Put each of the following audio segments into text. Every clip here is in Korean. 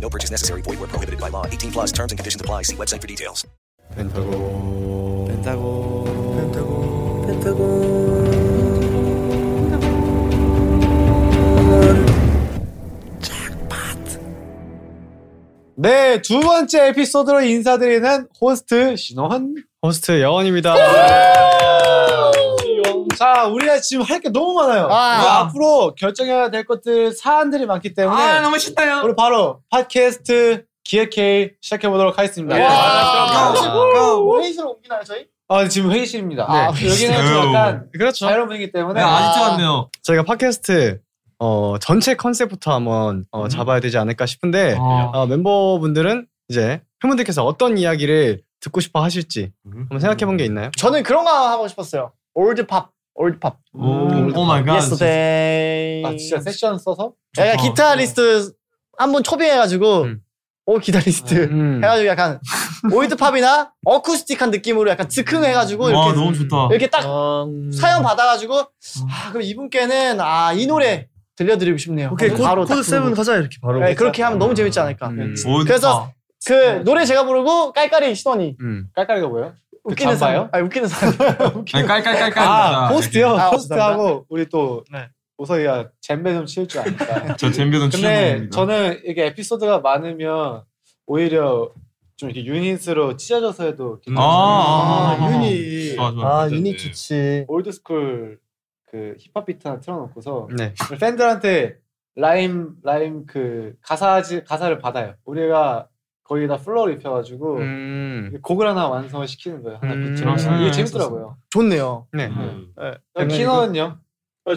No purchase necessary. Void where prohibited by law. 18 plus terms and conditions apply. See website for details. 펜타곤 펜타곤 펜타곤 네, 두 번째 에피소드로 인사드리는 호스트 신호한. 호스트 영원입니다. 자, 우리가 지금 할 게 너무 많아요. 아. 우리 앞으로 결정해야 될 것들 사안들이 많기 때문에 아 너무 쉽다요. 우리 바로 팟캐스트 기획회의 시작해 보도록 하겠습니다. 예. 와. 가오시고 회의실로 옮기나요 저희? 아, 지금 회의실입니다. 네. 아, 여기는 좀 약간 그렇죠. 자유로운 분위기 때문에 네, 아직도 왔네요. 저희가 팟캐스트 어, 전체 컨셉부터 한번 음. 어, 잡아야 되지 않을까 싶은데 아. 어, 멤버분들은 이제 팬분들께서 어떤 이야기를 듣고 싶어 하실지 음. 한번 생각해 본 게 있나요? 저는 그런 거 하고 싶었어요. 올드 팝, 올드 팝. 오, 오 마이 갓. Yesterday. 음. 아, 진짜 세션 써서 약간 기타리스트 한 번 초빙해가지고 음. 오 기타리스트 음. 해가지고 약간 올드 팝이나 어쿠스틱한 느낌으로 약간 즉흥해가지고 음. 와 이렇게 너무 좋다. 음. 이렇게 딱 음. 사연 받아가지고 아 그럼 이분께는 아 이 노래 들려드리고 싶네요. 오케이 하고 코, 바로 코드 딱 부르고. 7 가자 이렇게 바로 네, 그렇게 하면 너무 재밌지 않을까. 네. 음. 오, 그래서 그 노래 제가 부르고 깔깔이 시원이 음. 깔깔이가 뭐예요? 웃기는 잠바요? 사람. 아 웃기는 사람. 좋다. 아니, 깔깔깔깔. 아, 호스트요. 아, 호스트하고 어, 우리 또 네. 음. 오서이가 잼배 좀 치울 줄 아니까. 저 잼비던 근데 출연입니다. 저는 이게 에피소드가 많으면 오히려 좀 이렇게 유닛으로 찢어져서 해도 괜찮아요. 아, 음. 아, 유닛 좋아 좋아. 아 네, 유닛 네. 좋지 예. 올드스쿨 그 힙합 비트 하나 틀어놓고서 네. 팬들한테 라임 라임 그 가사지 가사를 받아요. 우리가 거기다 플로우를 입혀가지고 음. 곡을 하나 완성을 시키는 거예요. 그 하나 음. 비트를 이게 음. 재밌더라고요. 좋네요. 네. 음. 키너는요?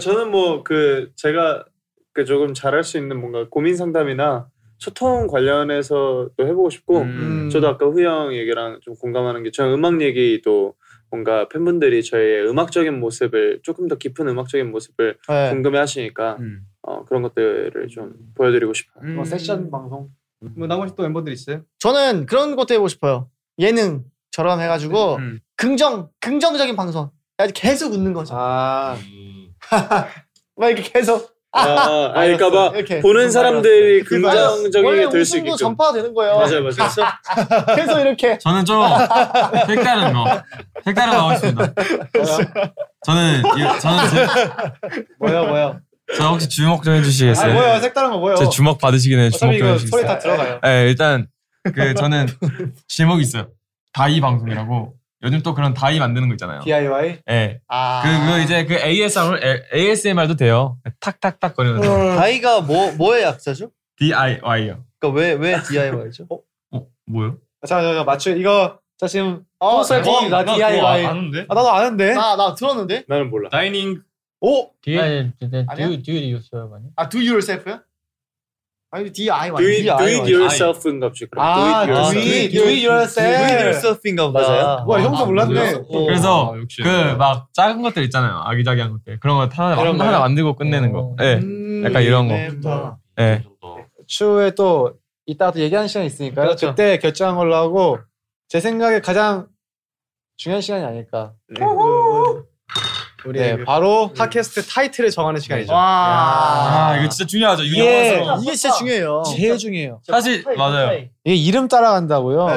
저는 뭐 그 제가 그 조금 잘할 수 있는 뭔가 고민 상담이나 소통 관련해서도 해보고 싶고 음. 저도 아까 후영 얘기랑 좀 공감하는 게 저는 음악 얘기도 뭔가 팬분들이 저의 음악적인 모습을 조금 더 깊은 음악적인 모습을 네. 궁금해 하시니까 음. 어, 그런 것들을 좀 보여드리고 싶어요. 음. 뭐 세션 방송? 뭐 나머지 또 멤버들 있어요? 저는 그런 것도 해보고 싶어요. 예능처럼 해가지고 음. 긍정 긍정적인 방송. 아주 계속 웃는 거죠. 아 막 이렇게 계속 아, 아닐까봐 그 이렇게 그, 보는 사람들이 원래 긍정적이게 될 수 웃음도 있게끔 전파되는 거예요. 맞아요 맞아요 계속 이렇게 저는 좀 색다른 거, 색다른 거 하고 싶습니다. 저는 이- 저는 제, 뭐야 뭐야? 저 혹시 주먹 좀 아 해주시겠어요? 뭐야 색다른 거 뭐야? 네. 제 주먹 받으시긴 해요. 주먹 어차피 좀 이거 소리 해주시겠어요? 다 들어가요. 네, 일단 그 저는 제목이 있어요. 다이 방송이라고. 요즘 또 그런 다이 만드는 거 있잖아요. DIY. 예. 아 그, 그 이제 그 ASMR, ASMR도 돼요. 탁탁탁 거리는 거. 다이가 뭐 뭐의 약자죠? DIY요. 그러니까 왜 왜 DIY죠? 어, 뭐요? 자, 자, 자 맞추 이거 자 지금 어, 나 그거 나 그거 DIY. 아, 아는데? 나도 아는데. 나 나 들었는데. 나는 몰라 다이닝. 오, DIY. 아니야? DIY 요소요, 많이? 아 do yourself요? 아니 Do DIY. it, do it yourself인가 보지 그럼 아, do it do it, 네. yourself 네. do it yourself. 어, 셀프인가 맞아요. 보다. 와, 형사 몰랐네. 아, 그래서 그 막 작은 것들 있잖아요. 아기자기한 것들. 그런 거 하나, 그런 거요? 어. 네. 하나 만들고 끝내는 거. 예. 음, 약간 이런 거. 예. 추후에 또 이따가 또 얘기하는 시간이 있으니까 요 그렇죠. 그때 결정한 걸로 하고 제 생각에 가장 중요한 시간이 아닐까. 네. 우리 네, 바로 팟캐스트 타이틀을 정하는 시간이죠. 와. 아, 이거 진짜 중요하죠. 예. 유명한 예. 이게 진짜 중요해요. 제일 중요해요. 사실 맞아요. 이게 이름 따라간다고요.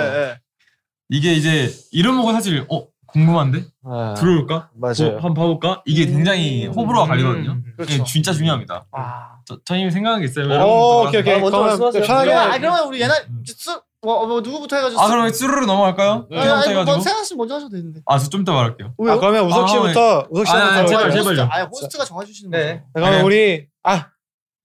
이게 이제 이름 보고 사실 어 궁금한데 아, 들어올까? 어, 맞아요. 음. 그렇죠. 한번 봐볼까? 이게 굉장히 호불호가 갈리거든요. 음. 예, 진짜 중요합니다. 그렇죠. 아. 저, 저님 생각한 게 있어요. 오, 오케이 오케이. 아, 먼저 그러면 말씀하세요. 편하게. 음. 그러면, 아, 그러면 우리 옛날 수, 뭐, 뭐 누구부터 해가지고. 아 그럼 쭈르르 넘어갈까요? 네. 수- 아니, 아니, 해가지고. 뭐 생각 씨 먼저 하셔도 되는데. 아, 저 좀 이따 말할게요. 아, 네. 그러면 아, 우석 씨부터 우석 아니, 씨부터. 아니, 제발, 아니, 제발요. 호스트- 아니 호스트가 정해주시는 거죠. 네. 그럼 네. 우리 아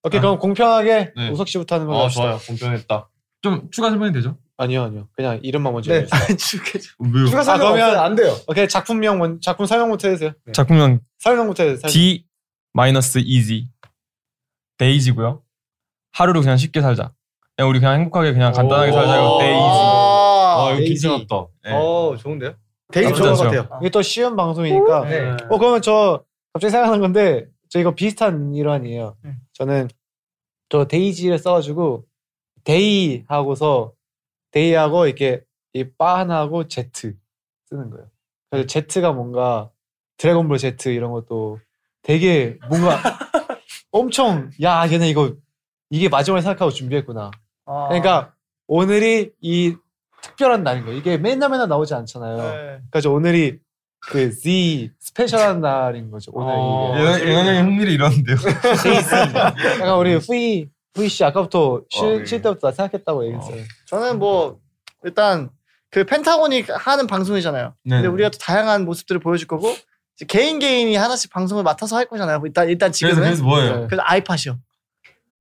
오케이 아. 그럼 공평하게 네. 우석 씨부터 하는 걸로 아, 합시다. 공평했다. 좀 추가 설명이 되죠? 아니요 아니요 그냥 이름만 먼저. 네. 해주세요. 왜요? 추가 설명 아, 그러면- 없어요. 안 돼요. 오케이 작품명 먼 작품 설명부터 해주세요. 네. 작품명 설명부터 해주세요. D 마이너스 이지 데이지고요. 하루를 그냥 쉽게 살자. 그냥 우리 그냥 행복하게 그냥 간단하게 살자. 데이지. 아. 어, 이거 데이지. 괜찮았다. 네. 어 좋은데요? 데이지 나쁘지 좋은 것 않죠. 같아요. 이게 또 쉬운 방송이니까. 네. 어 그러면 저 갑자기 생각난 건데 저 이거 비슷한 일환이에요. 저는 저 데이지를 써가지고 데이 하고서 데이하고 이렇게 이바 하나하고 제트 쓰는 거예요. 그래서 제트가 뭔가 드래곤볼 제트 이런 것도 되게 뭔가 엄청 야 얘네 이거 이게 마지막을 생각하고 준비했구나. 아. 그러니까 오늘이 이 특별한 날인 거예요. 이게 맨날 맨날 나오지 네. 않잖아요. 그래서 오늘이 그 Z 스페셜한 날인 거죠. 오늘 어. 이게. 예나 예나 형이 흥미를 잃었는데요. 예. 약간 우리 후이 후이 씨 아까부터 쉴, 어, 네. 예. 쉴 때부터 나 생각했다고 얘기했어요. 저는 뭐 일단 그 펜타곤이 하는 방송이잖아요. 네. 근데 우리가 또 다양한 모습들을 보여줄 거고 이제 개인 개인이 하나씩 방송을 맡아서 할 거잖아요. 뭐 일단 일단 그래서 지금은 그래서 뭐예요? 네. 그래서 아이팟이요.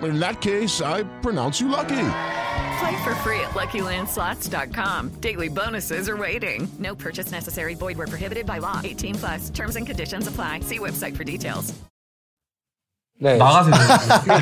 In that case, I pronounce you lucky. Play for free at LuckyLandSlots.com. Daily bonuses are waiting. No purchase necessary. Void were prohibited by law. 18 plus. Terms and conditions apply. See website for details. 네. 나가세요.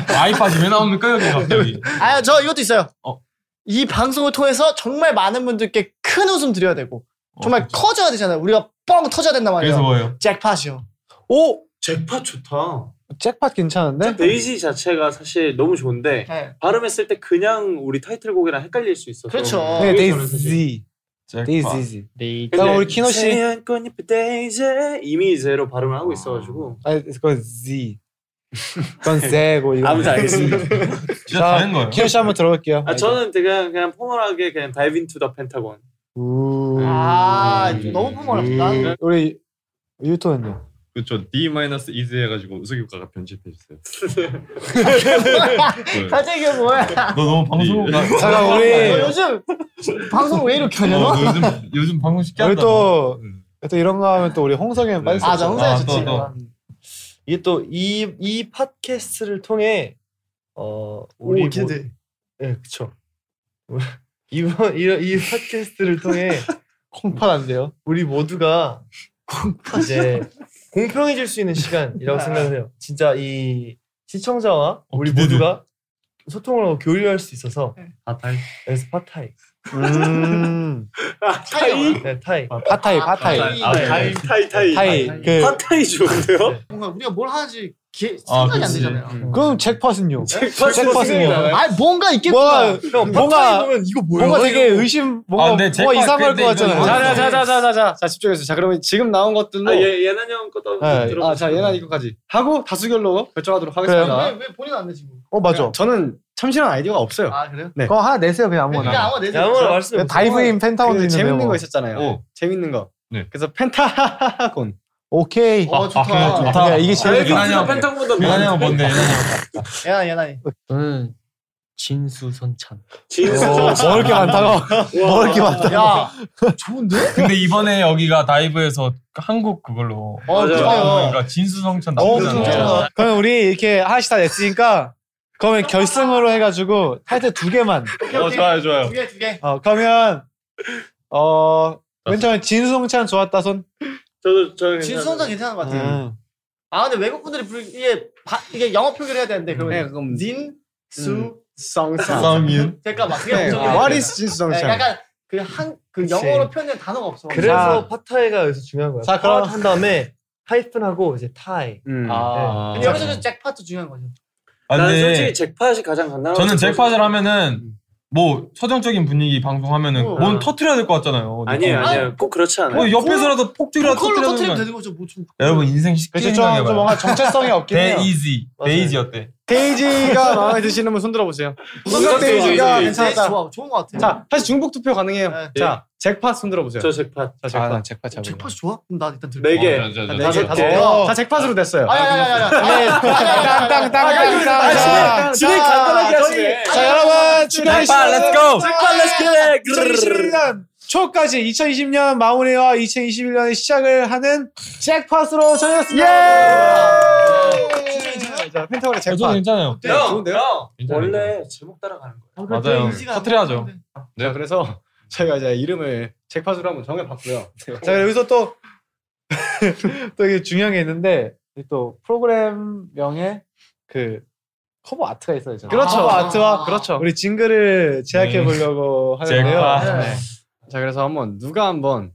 아이팟이 왜 나옵니까 여기 갑자기? 아 저 이것도 있어요. 어. 이 방송을 통해서 정말 많은 분들께 큰 웃음 드려야 되고 정말 어, 커져야 되잖아요. 우리가 뻥 터져야 된단 말이에요. 그래서 뭐예요? 잭팟이요. 오 잭팟 좋다. 잭팟 괜찮은데? 데이지 자체가 사실 너무 좋은데 네. 발음했을 때 그냥 우리 타이틀곡이랑 헷갈릴 수 있어서. 그렇죠. 네, 아, 그게 저는 사실- 데이지 그렇죠. 아. 아, 데이지 그럼 우리 키노 씨 새한 꽃잎의 데이지 이미 제로 발음을 하고 있어가지고. 아니 그건 Z 그건 Z고 이거 아무튼 알겠습니다. 진짜 다른 거예요. 키노 씨 한번 들어볼게요. 아 저는 그냥 그냥 포멀하게 그냥 다이브 인투 더 펜타곤. 우... 아 너무 뿜어놨다. 네. 우리 유토는요? 그렇죠. D 마이너스 이즈 해가지고 우석이가가 편집해 주세요. 네. 갑자기 이게 아, 뭐야? 너 너무 방송가. 잠깐 너 아, 우리 어, 요즘 방송 왜 이렇게 하냐? 너? 어, 너 요즘 요즘 방송 쉽게 네. 우리 한다. 또, 음. 또 이런 거 하면 또 우리 홍성현 빠질 수 아, 없잖아. 저 홍사야 아, 좋지. 또, 또. 음. 이게 또 이 이 팟캐스트를 통해 어 우리 오, 기대돼. 뭐, 예, 그쵸. 이번 이런 이 팟캐스트를 통해 콩팥 안 돼요? 우리 모두가 이제 공평해질 수 있는 시간이라고 생각해요. 진짜 이 시청자와 우리 어, 기대돼. 아, 모두가 소통을 하고 교류할 수 있어서 파타이. 네, 그래서 파타이. 음. 차이. 네, 타이. 파타이, 파타이. 타이. 아, 네. 아, 타이 타이 타이. 타이. 그, 팟타이 좋은데요? 뭔가 우리가 뭘 하는지 기- 아, 생각이 안 그치. 되잖아요. 그럼 잭팟은요? 잭팟은요. 아 뭔가 뭔가, 있겠구나. 뭔가, 이거 뭔가 되게 의심, 아, 뭔가, 근데 뭔가 잭팟 이상할 것 근데 이건 같잖아요. 이거는- 어, 뭐- 자, 자, 자, 자, 자, 자, 자, 집중해서. 자, 그러면 지금 나온 것들로. 아, 예, 예난 형 것도 한번 네. 들어보세요. 아, 자, 얘는 이거까지 하고 다수결로 결정하도록 하겠습니다. 왜, 왜 본인 안내 지금? 어, 맞아. 저는 참신한 아이디어가 없어요. 아 그래요? 네. 그거 하나 내세요, 그냥 그냥 그러니까 아무거나. 네, 아무 내세요. 네, 양호를 말씀. 다이브인 펜타곤도 그 있는데. 재밌는 뭐. 거 있었잖아요. 어. 재밌는 거. 네. 그래서 펜타곤. 오케이. 어 아, 그래, 좋다. 좋다. 야, 이게 제일 아, 예나 다이브 형. 펜타곤보다 예나 형 뭔데? 예나 형. 예나 예나이. 저는 진수선찬. 네. 진수. 어, 먹을 게 많다고. 먹을 게 많다고. 야 좋은데? 근데 이번에 여기가 다이브에서 한국 그걸로. 어 맞아요. 좋아요. 그러니까 진수성찬 어, 나쁘지 않아. 그럼 그럼 우리 이렇게 하나씩 다 냈으니까 그러면 결승으로 해가지고 타이틀 두 개만. 어 좋아요 좋아요. 두 개 두 개. 어, 그러면 어, 맨 처음에 진수성찬 좋았다 손. 저도 저 진수성장 괜찮은 것 같아요. 음. 네, 아 근데 외국 분들이 부르 이게 바, 이게 영어 표기를 해야 되는데 네, 그러면 그럼 진수 성상. 쌍윤. 잠깐만 그게 네. 걱정이 What 돼. is 진수성찬? 약간 그 한 그 그치. 영어로 표현된 단어가 없어. 그래서 파타이가 여기서 중요한 거야. 자, 자, 그럼- 그럼 한 다음에 하이픈하고 이제 타이. 네. 음. 네. 아. 근데 여기서 잭팟도 중요한 거죠. 아, 난 솔직히 음. 근데 잭팟이 가장 간단하고 저는 잭팟을 하면은 뭐 서정적인 분위기 방송하면은 어. 뭔 터트려야 될 것 같잖아요. 아니에요 어, 아니에요 꼭 그렇지 않아요 옆에서라도 폭죽이라도 그렇죠. 그걸로 터트리면 터트려야 되는 거 아니야? 되는 거죠. 뭐 좀. 여러분 인생 쉽게 그렇죠. 좀, 좀 생각해봐요. 뭔가 정체성이 없긴 해요. 데이지. 맞아요. 데이지 어때? 데이지가 마음에 드시는 분 손들어 보세요. 손각 손각 데이지가 데이지. 괜찮았다. 데이지 네, 좋아, 좋은 것 같아요. 자, 다시 중복 투표 가능해요. 네. 자, 잭팟 손들어 보세요. 저 잭팟. 자, 잭팟. 아, 나 잭팟 잡 잭팟이 좋아? 그럼 나 일단 들고. 네 예. 개. 아, 어, 자, 자, 자, 네 다섯 개. 개. 다섯 개. 어. 자, 잭팟으로 됐어요. 아니, 아니, 아니, 아니, 아니. 땅, 땅, 땅, 땅, 땅. 아, 진행, 진행 간단하게 하시네. 자 여러분 아, 출발 잭팟, 렛츠 고. 잭팟, 렛츠 고. 그렇죠. 2021년 초까지 2020년 마무리와 2021년의 시작을 하는 잭팟으로 정했습니다. 자 펜타곤의 잭팟. 네, 어, 저도 괜찮아요. 형, 원래 제목 따라가는 거야. 맞아요. 터트려야죠. 네, 그래서 저희가 이제 이름을 잭팟으로 한번 정해봤고요. 자 여기서 또 또 이게 중요한 게 있는데 또 프로그램명에 그 커버 아트가 있어요. 저는. 그렇죠. 커버 아트와 그렇죠. 우리 징글을 제작해 네. 보려고 하는데요. 잭팟. 네. 자, 그래서 한번 누가 한번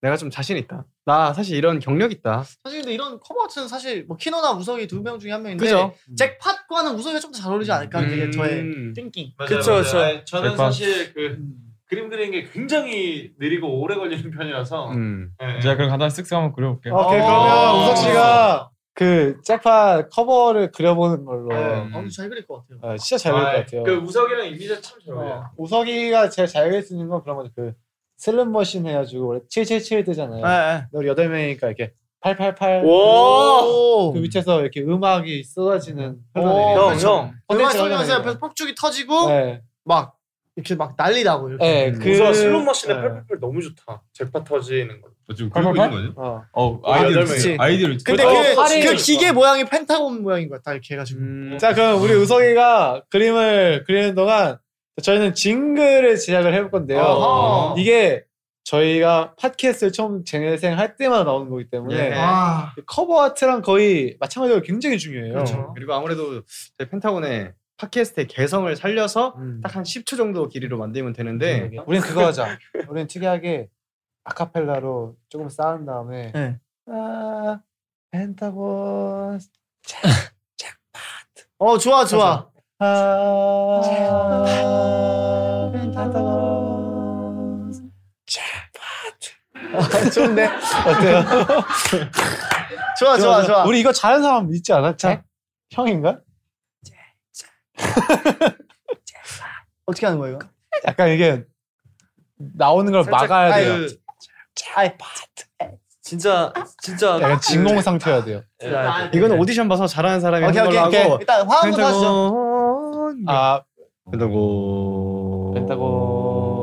내가 좀 자신 있다. 나 사실 이런 경력 있다. 사실 근데 이런 커버아트는 사실 뭐 키노나 우석이 두 명 중에 한 명인데 음. 그죠. 잭팟과는 우석이가 좀 더 잘 어울리지 않을까 이게 음. 저의 띵킹. 맞아요, 맞아요. 아니, 저는 사실 그 그림 그리는 게 굉장히 느리고 오래 걸리는 편이라서 음. 예, 제가 그럼 간단히 쓱쓱 한번 그려볼게요. 어. 아, 오케이 그러면 어. 우석 씨가 그 잭팟 커버를 그려보는 걸로. 어, 잘 그릴 것 같아요. 어, 진짜 잘 그릴 것 같아요. 그 우석이랑 이미자 참 잘 어울려. 요 우석이가 제일 잘 그릴 수 있는 건 그런 거죠. 그 슬럼머신 해가지고 원래 777 어. 뜨잖아요. 네. 우리 여덟 명이니까 이렇게 888. 오! 그 밑에서 이렇게 음악이 쏟아지는. 네, 어, 네. 형, 형. 음악 서 소리면서 옆에서 폭죽이 어? 터지고 막 이렇게 막 난리 나고 이렇게. 네, 그 우석 슬롯 머신의 펄펄펄 너무 좋다. 잭팟 터지는 거. 아, 지금 그리고 있는 거예요? 어. 어, 아이디어를 그치. 아이디어 근데 그래서 그, 팔이- 그 기계 모양이 펜타곤 모양인 거야. 딱 이렇게 해가지고. 음, 어. 자, 그럼 우리 우석이가 그림을 그리는 동안 저희는 징글을 제작을 해볼 건데요. 어허. 이게 저희가 팟캐스트를 처음 재생할 때마다 나오는 거기 때문에 예. 아. 커버 아트랑 거의 마찬가지로 굉장히 중요해요. 어. 그렇죠. 그리고 아무래도 저희 펜타곤의 팟캐스트의 개성을 어? 살려서 딱 한 10초 정도 길이로 만들면 음, 네. 되는데 우린 그거 하자. 네. 우린 특이하게 아카펠라로 조금 쌓은 다음에 네. 아, 펜타곤 어, 좋아, 좋아. 아, 펜타곤 아, 좋은데 어때요? 좋아, 좋아, 좋아. 우리 이거 잘하는 사람 있지 않아? 자, 네? 형인가? 어떻게 하는 거예요? 약간 이게 나오는 걸 막아야 돼요. 아이, 진짜 진짜 네, 약간 진공 상태여야 돼요. 네. 이거는 오디션 봐서 잘하는 사람이 아, 오케이, 하는 걸로 오케이, 하고 오케이. 일단 화음부터 아 펜타곤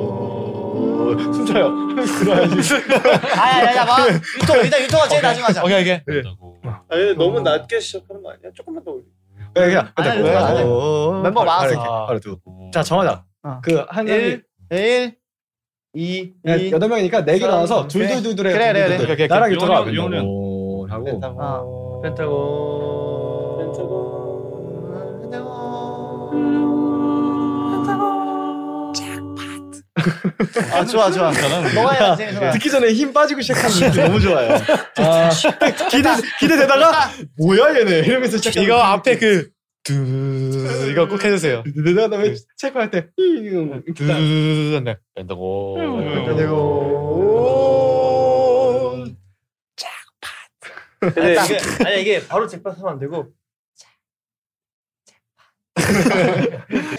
펜타곤 숨차요. 그래야지. 네. 아야, 야, 야, 봐. 유토, 일단 유토가 제일 나중에 하자. 오케이 오케이. 어. 아니 근데 네, 너무 낮게 시작하는 거 아니야? 조금만 더 올려. 네, 그냥 어, 안 해, 안 해. 멤버 많아서. 바로 두. 자 정하자. 어. 그한 일, 1 2 2 여덟 명이니까 네 개 나와서 둘둘둘둘해. 그래, 그래, 그래. 오케이, 오케이. 나랑 유토가 용량, 용량. 하고 아. 펜타곤 펜타곤 펜타곤 잭팟 아 좋아 좋아 너가 해야 네. 돼 야, 듣기 전에 힘 빠지고 시작하는 게 너무 좋아요. 아, 기대 기대되다가 뭐야 얘네 이러면서 시작. 이거 앞에 그 두, 이거 꼭 해주세요. 그다음에 체크할 때 두, 네. 뺀다고. 네. 근데 됐다. 이게, 아니 이게 바로 잭팟 하면 안 되고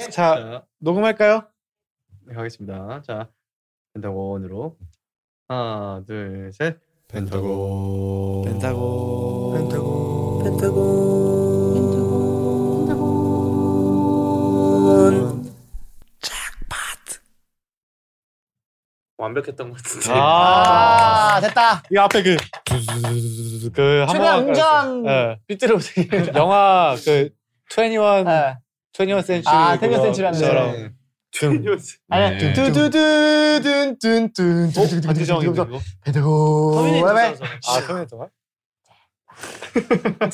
자 녹음할까요? 네, 가겠습니다. 자, 펜타곤으로 하나, 둘, 셋. 펜타곤. 펜타곤. 펜타곤. 완벽했던 것 같은데. 아 됐다 이 앞에 그, 그, 한 최대한 번. 웅장한 빗대로 영화 그, 21, 네. 21 센츄리. 아, 네. 21 century 하는 네. 사람. 음. 어? 아니 둔둔둔둔둔둔 아, 반지정인데, 둔둔둔 둔둔 커뮤니티 왜, 왜? 아, 커뮤니티 동안? 아,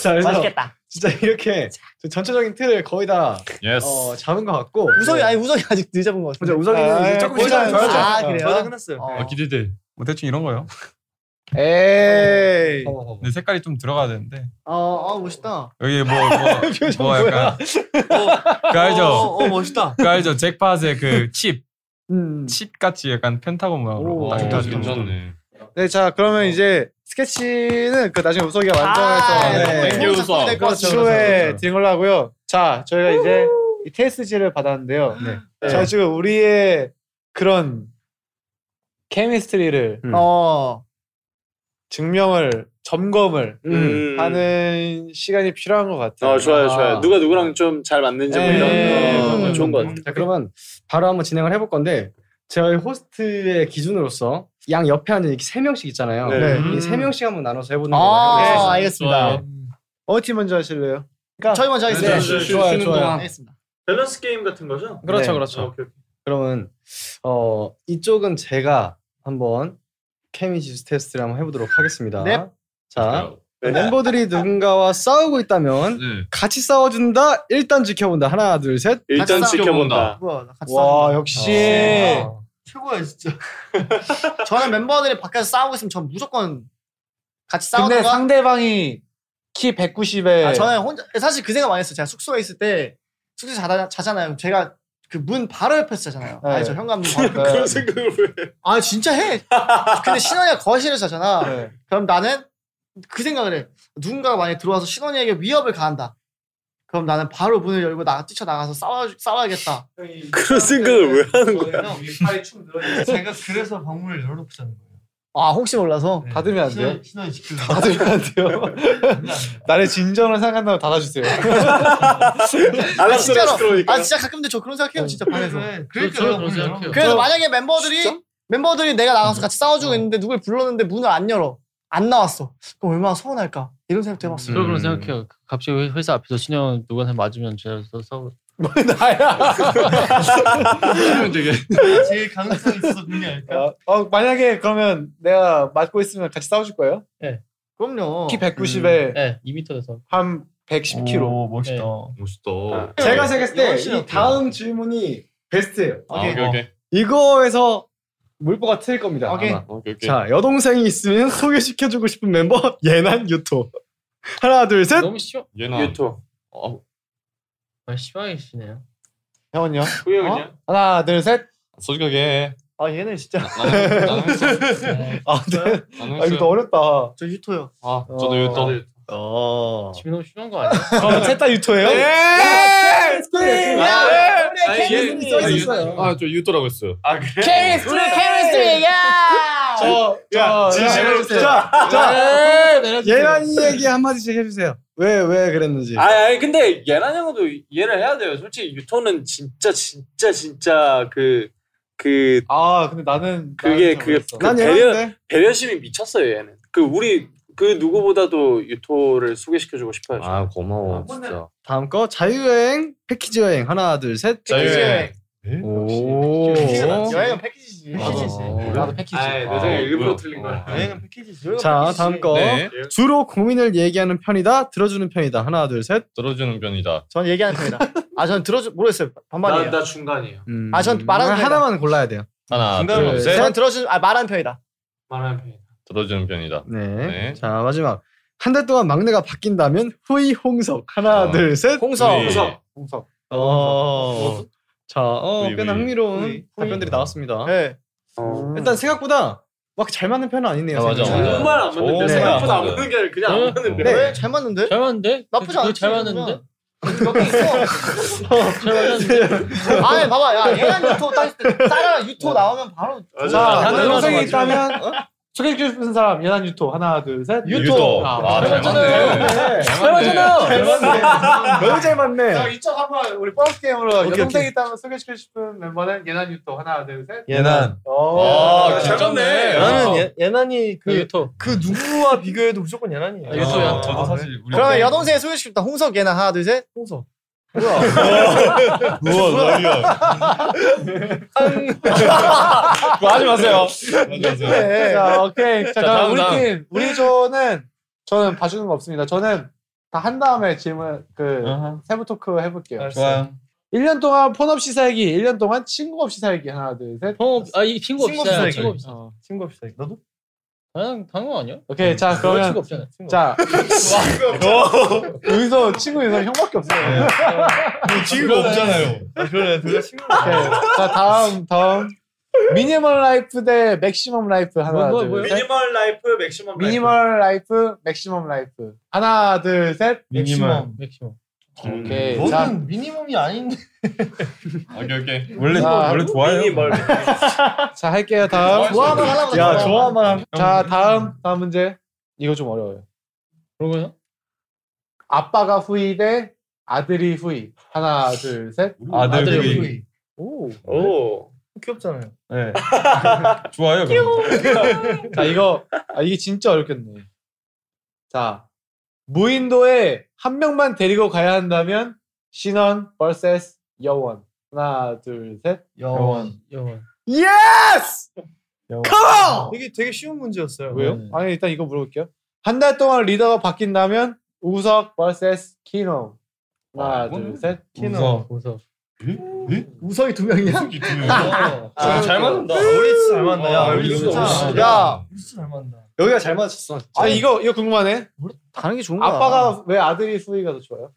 자, 그래서 맛있겠다. 진짜 이렇게 전체적인 틀을 거의 다 예스. 어, 잡은 것 같고. 우석이 아니 우석이 아직 늦잡은 것 같은데 맞아, 우석이는 이제 조금 시간이 아, 덜 아, 잤어요. 그래요? 거의 다 끝났어요 아, 기대돼. 뭐 대충 이런 거요. 에이. 어, 근데 색깔이 좀 들어가야 되는데 아, 아 멋있다 여기 뭐뭐 표정 뭐 약간 그 알죠? 어, 어, 멋있다. 그 알죠? 잭팟의 그칩칩 음. 같이 약간 펜타곤 모양으로 오, 딱 오, 해가지고. 네, 자, 그러면 이제 스케치는 그 나중에 우석이가 완성해서 아, 네. 백유 우석. 그 그렇죠, 그렇죠, 추후에 그렇죠. 드린 걸로 하고요. 자, 저희가 이제 이 TSG를 받았는데요. 네. 저희 지금 우리의 그런 케미스트리를 음. 어, 증명을 점검을 음. 하는 시간이 필요한 것 같아요. 네. 음. 어 좋아요 좋아요. 아. 누가 누구랑 좀 잘 맞는지 네. 뭐 이런 음. 거 좋은 것 같아요. 자, 그러면 바로 한번 진행을 해볼 건데 저희 호스트의 기준으로서 양 옆에 앉은 이렇게 세 명씩 있잖아요. 네. 이 세 명씩 한번 나눠서 음. 해보는 거예요. 아, 네. 알겠습니다. 어느 팀 먼저 하실래요? 저희 먼저 하겠습니다. 네, 그러니까 쉬- 쉬- 좋아요, 쉬는 좋아요. 동안 하겠습니다. 밸런스 게임 같은 거죠? 그렇죠, 네. 그렇죠. 아, 오케이, 오케이. 그러면 어, 이쪽은 제가 한번 케미지수 테스트를 한번 해보도록 하겠습니다. 네. 자 네, 멤버들이 누군가와 싸우고 있다면 같이 싸워준다. 일단 지켜본다. 하나, 둘, 셋. 일단 같이 지켜본다. 뭐야, 나 같이 와 싸운다. 역시. 어, 최고야 진짜. 저는 멤버들이 밖에서 싸우고 있으면 전 무조건 같이 싸우는 근데 거. 상대방이 키 190에 아, 저는 혼자 사실 그 생각 많이 했어요. 제가 숙소에 있을 때 숙소 자, 자잖아요. 제가 그 문 바로 옆에서 자잖아요. 네. 아니 저 현관문 바로 옆에. 그런 생각을 왜? 아 진짜 해. 근데 신원이가 거실에서 자잖아. 네. 그럼 나는 그 생각을 해. 누군가가 만약 들어와서 신원이에게 위협을 가한다. 그럼 나는 바로 문을 열고 나 뛰쳐 나가서 싸워 싸워야겠다. 그런 생각을 왜 하는 거야? 제가 그래서 방문을 열어놓고 자는 거예요. 아 혹시 몰라서 닫으면 안 돼요? 신원- 신원이 지키려고. 닫으면 안 돼요. 나를 진정을 생각한다고 닫아주세요. 아, 진짜로. 그러니까. 알았으니까. 아 진짜 가끔데 저 그런 생각해요 진짜 방에서. 그러니까 그렇죠, 그런 생각해요. 그래서 저- 만약에 멤버들이 멤버들이 내가 나가서 같이 싸워주고 있는데 누굴 불렀는데 문을 안 열어 안 나왔어. 그럼 얼마나 서운할까 이런 생각도 해봤어요. 저 그런 생각해요. 갑자기 회- 회사 앞에서 신영 누구한테 맞으면 제가 또 싸우. 그러면 되게. 제일 가능성이 있어서 분이 아닐까? 어, 만약에 그러면 내가 맞고 있으면 같이 싸워줄 거예요? 네. 그럼요. 키 음. 190에 네, 2m에서 한 110kg. 오, 네. 멋있다. 멋있다. 어. 네. 제가 생각했을 역시 때이 다음 질문이 베스트예요. 아, 오케이, 오케이. 이거에서 물보가 트일 겁니다. 오케이. 아마. 오케이, 오케이. 자 여동생이 있으면 소개시켜주고 싶은 멤버 예난 유토. 하나 둘 셋. 너무 쉬워. 네. 예나. 유토. 어, 아, 시방이시네요. 형은요? 후형은요? 하나 둘 셋. 솔직하게 아 얘네 진짜. 나는 했어. 아, 네. 나는 아 이거 했어요. 또 어렵다. 저 유토요. 아 저도 유토. 어. 지금 너무 쉬운 거 아니야? 그럼 셋다 유토예요? 네. 예! 예! 네. 아, 예. 예! 예! 써 있었어요. 아, 저 유토라고 했어요. 아, 그래? 네. 야. 야, 진심으로 내려주세요. 자, 네, 자, 내려주세요. 예란이 얘기 한 마디씩 해주세요. 왜 왜 그랬는지. 아니, 아니 근데 예나 형도 이해를 해야 돼요. 솔직히 유토는 진짜 진짜 진짜 그 그 아 근데 나는 그게 나는 그게 잘 모르겠어. 그난 배려 네. 얘한테. 배려심이 미쳤어요 얘는. 그 우리 그 누구보다도 유토를 소개시켜주고 싶어요. 아 고마워 진짜. 다음 거 자유여행 패키지 여행 하나 둘 셋. 네. 네. 자유여행. 오. 어. 여행은 패키지지. 아, 패키지지. 어, 나도 패키지. 내 생각에 일부러 틀린 거야. 여행은 패키지지. 여행은 자 패키지지. 다음 거 네. 주로 고민을 얘기하는 편이다 들어주는 편이다 하나 둘 셋. 들어주는 편이다. 전 얘기하는 편이다. 아, 전 들어주 모르겠어요. 반반이에요. 나 중간이에요. 아, 전 말하는 편이다. 음. 하나만 골라야 돼요. 하나, 중간은 둘, 없어요? 셋. 전 들어주 아 말하는 편이다. 말하는 편이다. 들어주는 편이다. 네. 자 마지막 한 달 동안 막내가 바뀐다면 후이 홍석 하나 둘 셋. 홍석. 후이. 홍석. 홍석. 어. 자, 어, 후이, 꽤나 후이. 흥미로운 후이. 답변들이 나왔습니다. 네. 일단 생각보다 막 잘 맞는 편은 아니네요. 아, 맞아, 생각보다. 맞아. 정말 안 맞는데, 생각보다 안 맞는 게 아니라 그냥 안 맞는데. 네, 잘 맞는데? 잘 맞는데? 나쁘지 않지. 잘 맞는데? 어, 아니 예, 봐봐, 야 얘랑 유토 딱 따라 네. 유토 나오면 바로. 자 맞아, 여동생이 맞아, 맞아. 있다면 어? 소개해주고 싶은 사람 예난 유토 하나 둘 셋. 유토. 아, 잘 맞네. 잘 맞잖아요. 잘 맞네. 너무 잘 맞네. 자 이쪽 한번 우리 버스 게임으로 오케이, 여동생이 오케이. 있다면 소개시키고 싶은 멤버는 예난 유토 하나 둘 셋. 예난. 오. 아, 잘 맞네. 나는 어. 예, 예난이 그, 유토. 그 누구와 비교해도 무조건 예난이에요. 유토야. 어, 아, 저도 사실 우리 그러면 여동생 소개시킵니다. 홍석 얘나 하나 둘 셋. 홍석. 우와, 난리야. 하지 마세요. 네. 마세요. 자, 오케이. 자, 자, 그럼 다음, 우리 다음. 팀, 우리 조는 저는 봐주는 거 없습니다. 저는 다 한 다음에 질문, 그, 세부 토크 해볼게요. 좋아요. 1년 동안 폰 없이 살기, 1년 동안 친구 없이 살기. 하나, 둘, 셋. 폰, 아, 이 친구 없이 살기. 친구 친구 없이 살기. 어. 친구 없이 살기. 너도? 당연 당연 아니야? 오케이, 자, 그거 그러면. 친구 없잖아. 친구. 자, 어, 여기서 친구 여기서 형밖에 없어요. 친구 없잖아요. 그러네. 둘다 친구. 오케이. 자, 다음, 다음. 미니멀 라이프 대 맥시멈 라이프 하나 뭐, 뭐, 둘 뭐요? 셋. 미니멀 라이프, 맥시멈 라이프. 미니멀 라이프 맥시멈 라이프 하나 둘셋 미니멀. 맥시멈 맥시멈 오케이 너는 자 미니멈이 아닌데. 오케이 오케이. 원래- 원래 좋아해요. 미니멀. 자 할게요 다음 좋아하면 하라고 야 하잖아. 좋아만 하면 자 다음 다음 문제 이거 좀 어려워요 그런 거요? 아빠가 후이 대 아들이 후이 하나 둘셋 아들 아들 후이. 후이. 오 귀엽잖아요. 네. 좋아요. 자 이거 아, 이게 진짜 어렵겠네 자 무인도에 한 명만 데리고 가야 한다면 신원 vs 여원 하나 둘셋 여원. 어, 여원 예스 컴온 되게 되게 쉬운 문제였어요. 왜요? 아니 일단 이거 물어볼게요. 한 달 동안 리더가 바뀐다면 우석 vs 키노 하나 둘 셋. 아, 우석. 우석. 우석이 두 명이야? 우석이 두 명이야? 아, 잘 맞는다. 우리 진짜 잘 맞나? 아, 야, 우리 아, 진짜. 야, 우리 진짜 잘 맞는다. 여기가 잘 맞았어. 아 이거 이거 궁금하네. 다른 게 좋은 거야. 아빠가 왜 아들이 수위가 더 좋아요?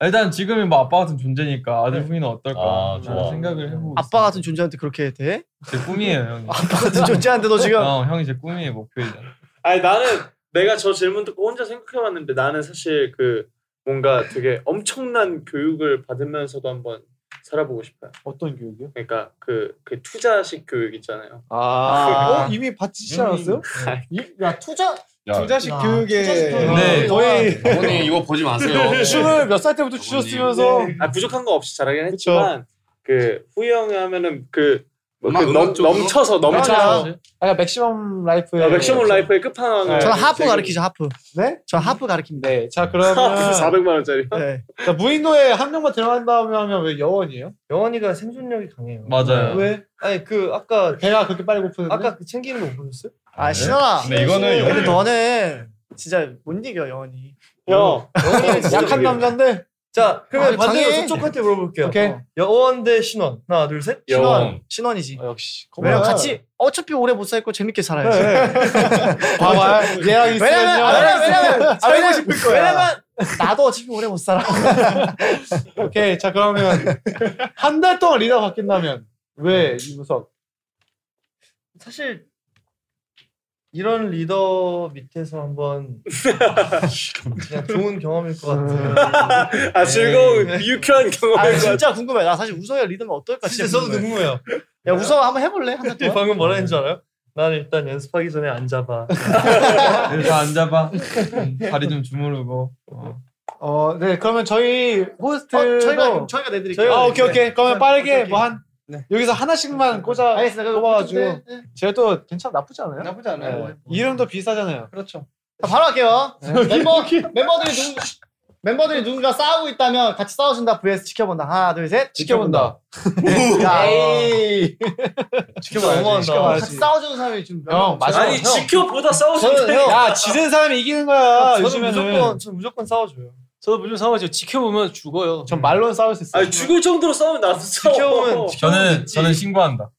일단 지금이 뭐 아빠 같은 존재니까 아들 후미는 어떨까 아, 라는 좋아. 생각을 해보고 아빠 같은 존재한테 그렇게 돼? 제 꿈이에요 형이. 아빠 같은 존재한테 너 지금 어, 형이 제 꿈이에요 목표이잖아. 아니 나는 내가 저 질문 듣고 혼자 생각해봤는데 나는 사실 그 뭔가 되게 엄청난 교육을 받으면서도 한번 살아보고 싶어요. 어떤 교육이요? 그러니까 그, 그 투자식 교육 있잖아요. 어, 이미 받지 이미- 않았어요? 야 투자 야. 투자식 야, 교육에 투자식 교육. 네. 거의 어머니, 이거 보지 마세요. 춤을 몇 살 때부터 추셨으면서 아, 부족한 거 없이 잘하긴 했지만 그 후이 형이 하면은 그, 뭐 음악, 그 넘, 음악 쪽으로? 넘쳐서 넘쳐서 아니야. 아까 맥시멈 라이프의 아, 네. 맥시멈 라이프의 끝판왕을 저는 하프 지금- 가르키죠 하프. 네? 저 하프 가르킵니다. 네. 자 그러면 400만 원짜리. 자, 무인도에 한 명만 들어간다면 하면 왜 여원이에요? 여원이가 생존력이 강해요. 맞아요. 왜? 아니 그 아까 배가 그렇게 빨리 고프는데 네. 아까 그 챙기는 거 보셨어요? 아 신현아. 근데 이거는 근데 영원히- 너는 진짜 못 이겨 영원히. 형 영원이는 진짜 약한 모르겠어요. 남잔데. 자 그러면 아, 반대로 강해. 저쪽한테 물어볼게요. 오케이. 어. 여원 대 신원 하나 둘 셋. 신원. 신원이지. 역시. 왜냐면 그래. 같이 어차피 오래 못 살고 재밌게 살아야지. 네, 봐봐. 얘랑 있으면요. 왜냐면 아, 왜냐면 왜냐면 살고 왜냐면- 싶을 거야. 왜냐면 나도 어차피 오래 못 살아. 오케이 자 그러면 한 달 동안 리더 바뀐다면 왜 이무석? 사실 이런 리더 밑에서 한번 그냥 좋은 경험일 것 같아요. 네. 아 즐거운 유쾌한 경험일 아 것 진짜 궁금해. 나 사실 우성의 리듬은 어떨까 진짜 저도 궁금해요. 야 우성 한번 해볼래? 한달 동안. 방금 뭐라 했는지 알아요? 난 일단 연습하기 전에 안 잡아. 일단 네, 앉아봐. 음, 다리 좀 주무르고. 어. 어, 네 그러면 저희 호스트 어, 저희가 그럼 저희가 내드릴게요. 아 오케이 오케이. 그러면 네. 빠르게 뭐 한 여기서 네. 하나씩만 꽂아 뽑아가지고 꽂을게. 제가 또 괜찮 나쁘지 않아요? 네. 네. 나쁘지 않아요. 네. 뭐, 이름도 비싸잖아요. 그렇죠. 자, 바로 할게요. 멤버 멤버들이 누군 멤버들이 누군가 싸우고 있다면 같이 싸워준다 vs 지켜본다 하나 둘 셋 지켜본다. 야, 에이. 지켜봐야지, 너무한다. 같이 싸워주는 사람이 지금 형, 맞아. 아니 지켜보다 싸우시는 저는 형, 야 지는 사람이 이기는 아, 거야. 요즘에는. 저는 무조건 싸워줘요. 저도 무조건 싸워죠. 지켜보면 죽어요. 전 말로는 싸울 수 있어요. 아니 죽을 정도로 싸우면 나도 싸워. 저는 저는 신고한다.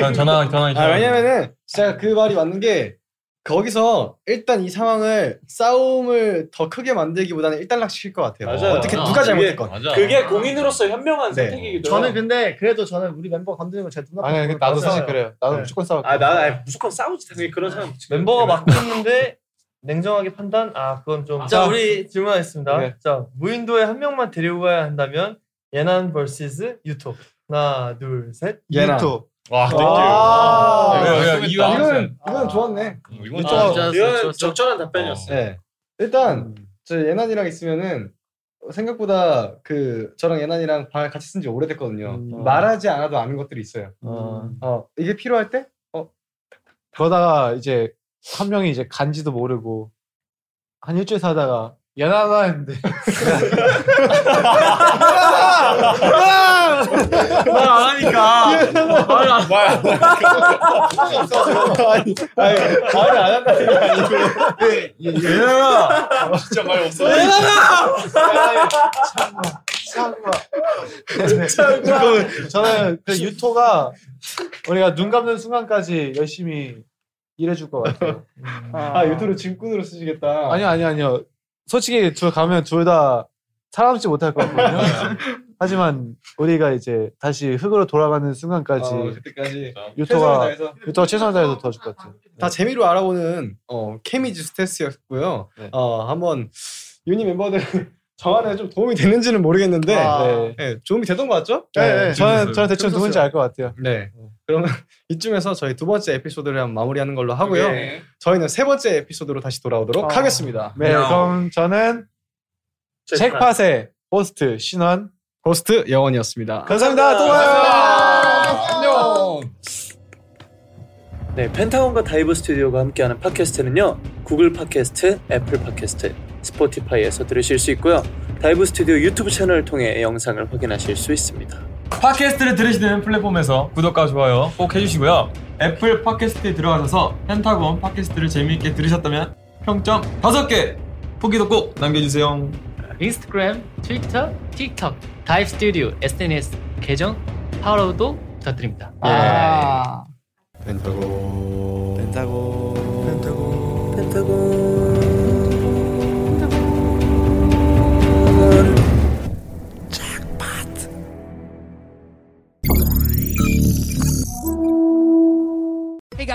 전- 전화 전화. 어, 아, 왜냐면은 진짜 그 말이 맞는 게 거기서 일단 이 상황을 싸움을 더 크게 만들기보다는 일단락 시킬 것 같아요. 맞아요. 어떻게 누가 잘못했건. 그게, 그게 공인으로서 현명한 네. 선택이기도 해요. 저는 근데 그래도 저는 우리 멤버 건드리는 거 제가 눈앞에 아니, 보여요. 나도 사실 맞아요. 그래요. 나도 무조건 싸울 거야. 아, 나 아니, 무조건 싸우지 당연히 그런 사람. 멤버가 맡고 있는데 냉정하게 판단? 아 그건 좀. 자 아. 우리 질문하겠습니다. 네. 자 무인도에 한 명만 데리고 가야 한다면 예난 vs 유토. 하나 둘 셋. 예난. 유토. 와, 땡큐. 네, 아, 네. 야, 야, 이건- 이거 이건 이건 좋았네. 이건 이쪽하고. 아, 좋았어, 이건 적절한 답변이었어. 네. 음. 일단 저 예난이랑 있으면은 생각보다 그 저랑 예난이랑 방 같이 쓴 지 오래됐거든요. 말하지 않아도 아는 것들이 있어요. 어, 이게 필요할 때? 어, 그러다가 이제 한 명이 이제 간지도 모르고 한 일주일 사다가 연하가 했는데 말안 하니까. 말을 안 아니, 아니, 말을 안 한다는 게 아니고. 예나나! 진짜 말 없어. 저는- 저는 그 유토가 우리가 그러니까 눈 감는 순간까지 열심히 일해줄 것 같아요. 아, 유토를 짐꾼으로 쓰시겠다. 아니요, 아니요, 아니요. 솔직히 둘 가면 둘 다 살아남지 못할 것 같거든요. 하지만 우리가 이제 다시 흙으로 돌아가는 순간까지 어, 그때까지 최선을 유토가 다해서. 유토가 최선을 다해서 도와줄 것 같아. 다 재미로 알아보는 어, 케미지 스테스였고요. 네. 어, 한번 유니 멤버들 정하는 좀 도움이 됐는지는 모르겠는데 아. 네. 네, 도움이 됐던 것 같죠? 네, 네. 저는 저는 대충 누군지 알 것 것 같아요. 네. 그러면 이쯤에서 저희 두 번째 에피소드를 한번 마무리하는 걸로 하고요. 네. 저희는 세 번째 에피소드로 다시 돌아오도록 아. 하겠습니다. 네, 그럼 저는 잭팟의 호스트 신원 호스트 영원이었습니다. 감사합니다. 또 봐요. 안녕. 네, 펜타곤과 다이브 스튜디오가 함께하는 팟캐스트는요. 구글 팟캐스트, 애플 팟캐스트, 스포티파이에서 들으실 수 있고요. 다이브 스튜디오 유튜브 채널을 통해 영상을 확인하실 수 있습니다. 팟캐스트를 들으시는 플랫폼에서 구독과 좋아요 꼭 해주시고요. 애플 팟캐스트에 들어가셔서 펜타곤 팟캐스트를 재미있게 들으셨다면 평점 5개 후기도 꼭 남겨주세요. 인스타그램, 트위터, 틱톡, 다이브 스튜디오 SNS 계정 팔로우도 부탁드립니다. 펜타곤. 펜타곤. 펜타곤. 펜타곤. Hey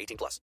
18 plus.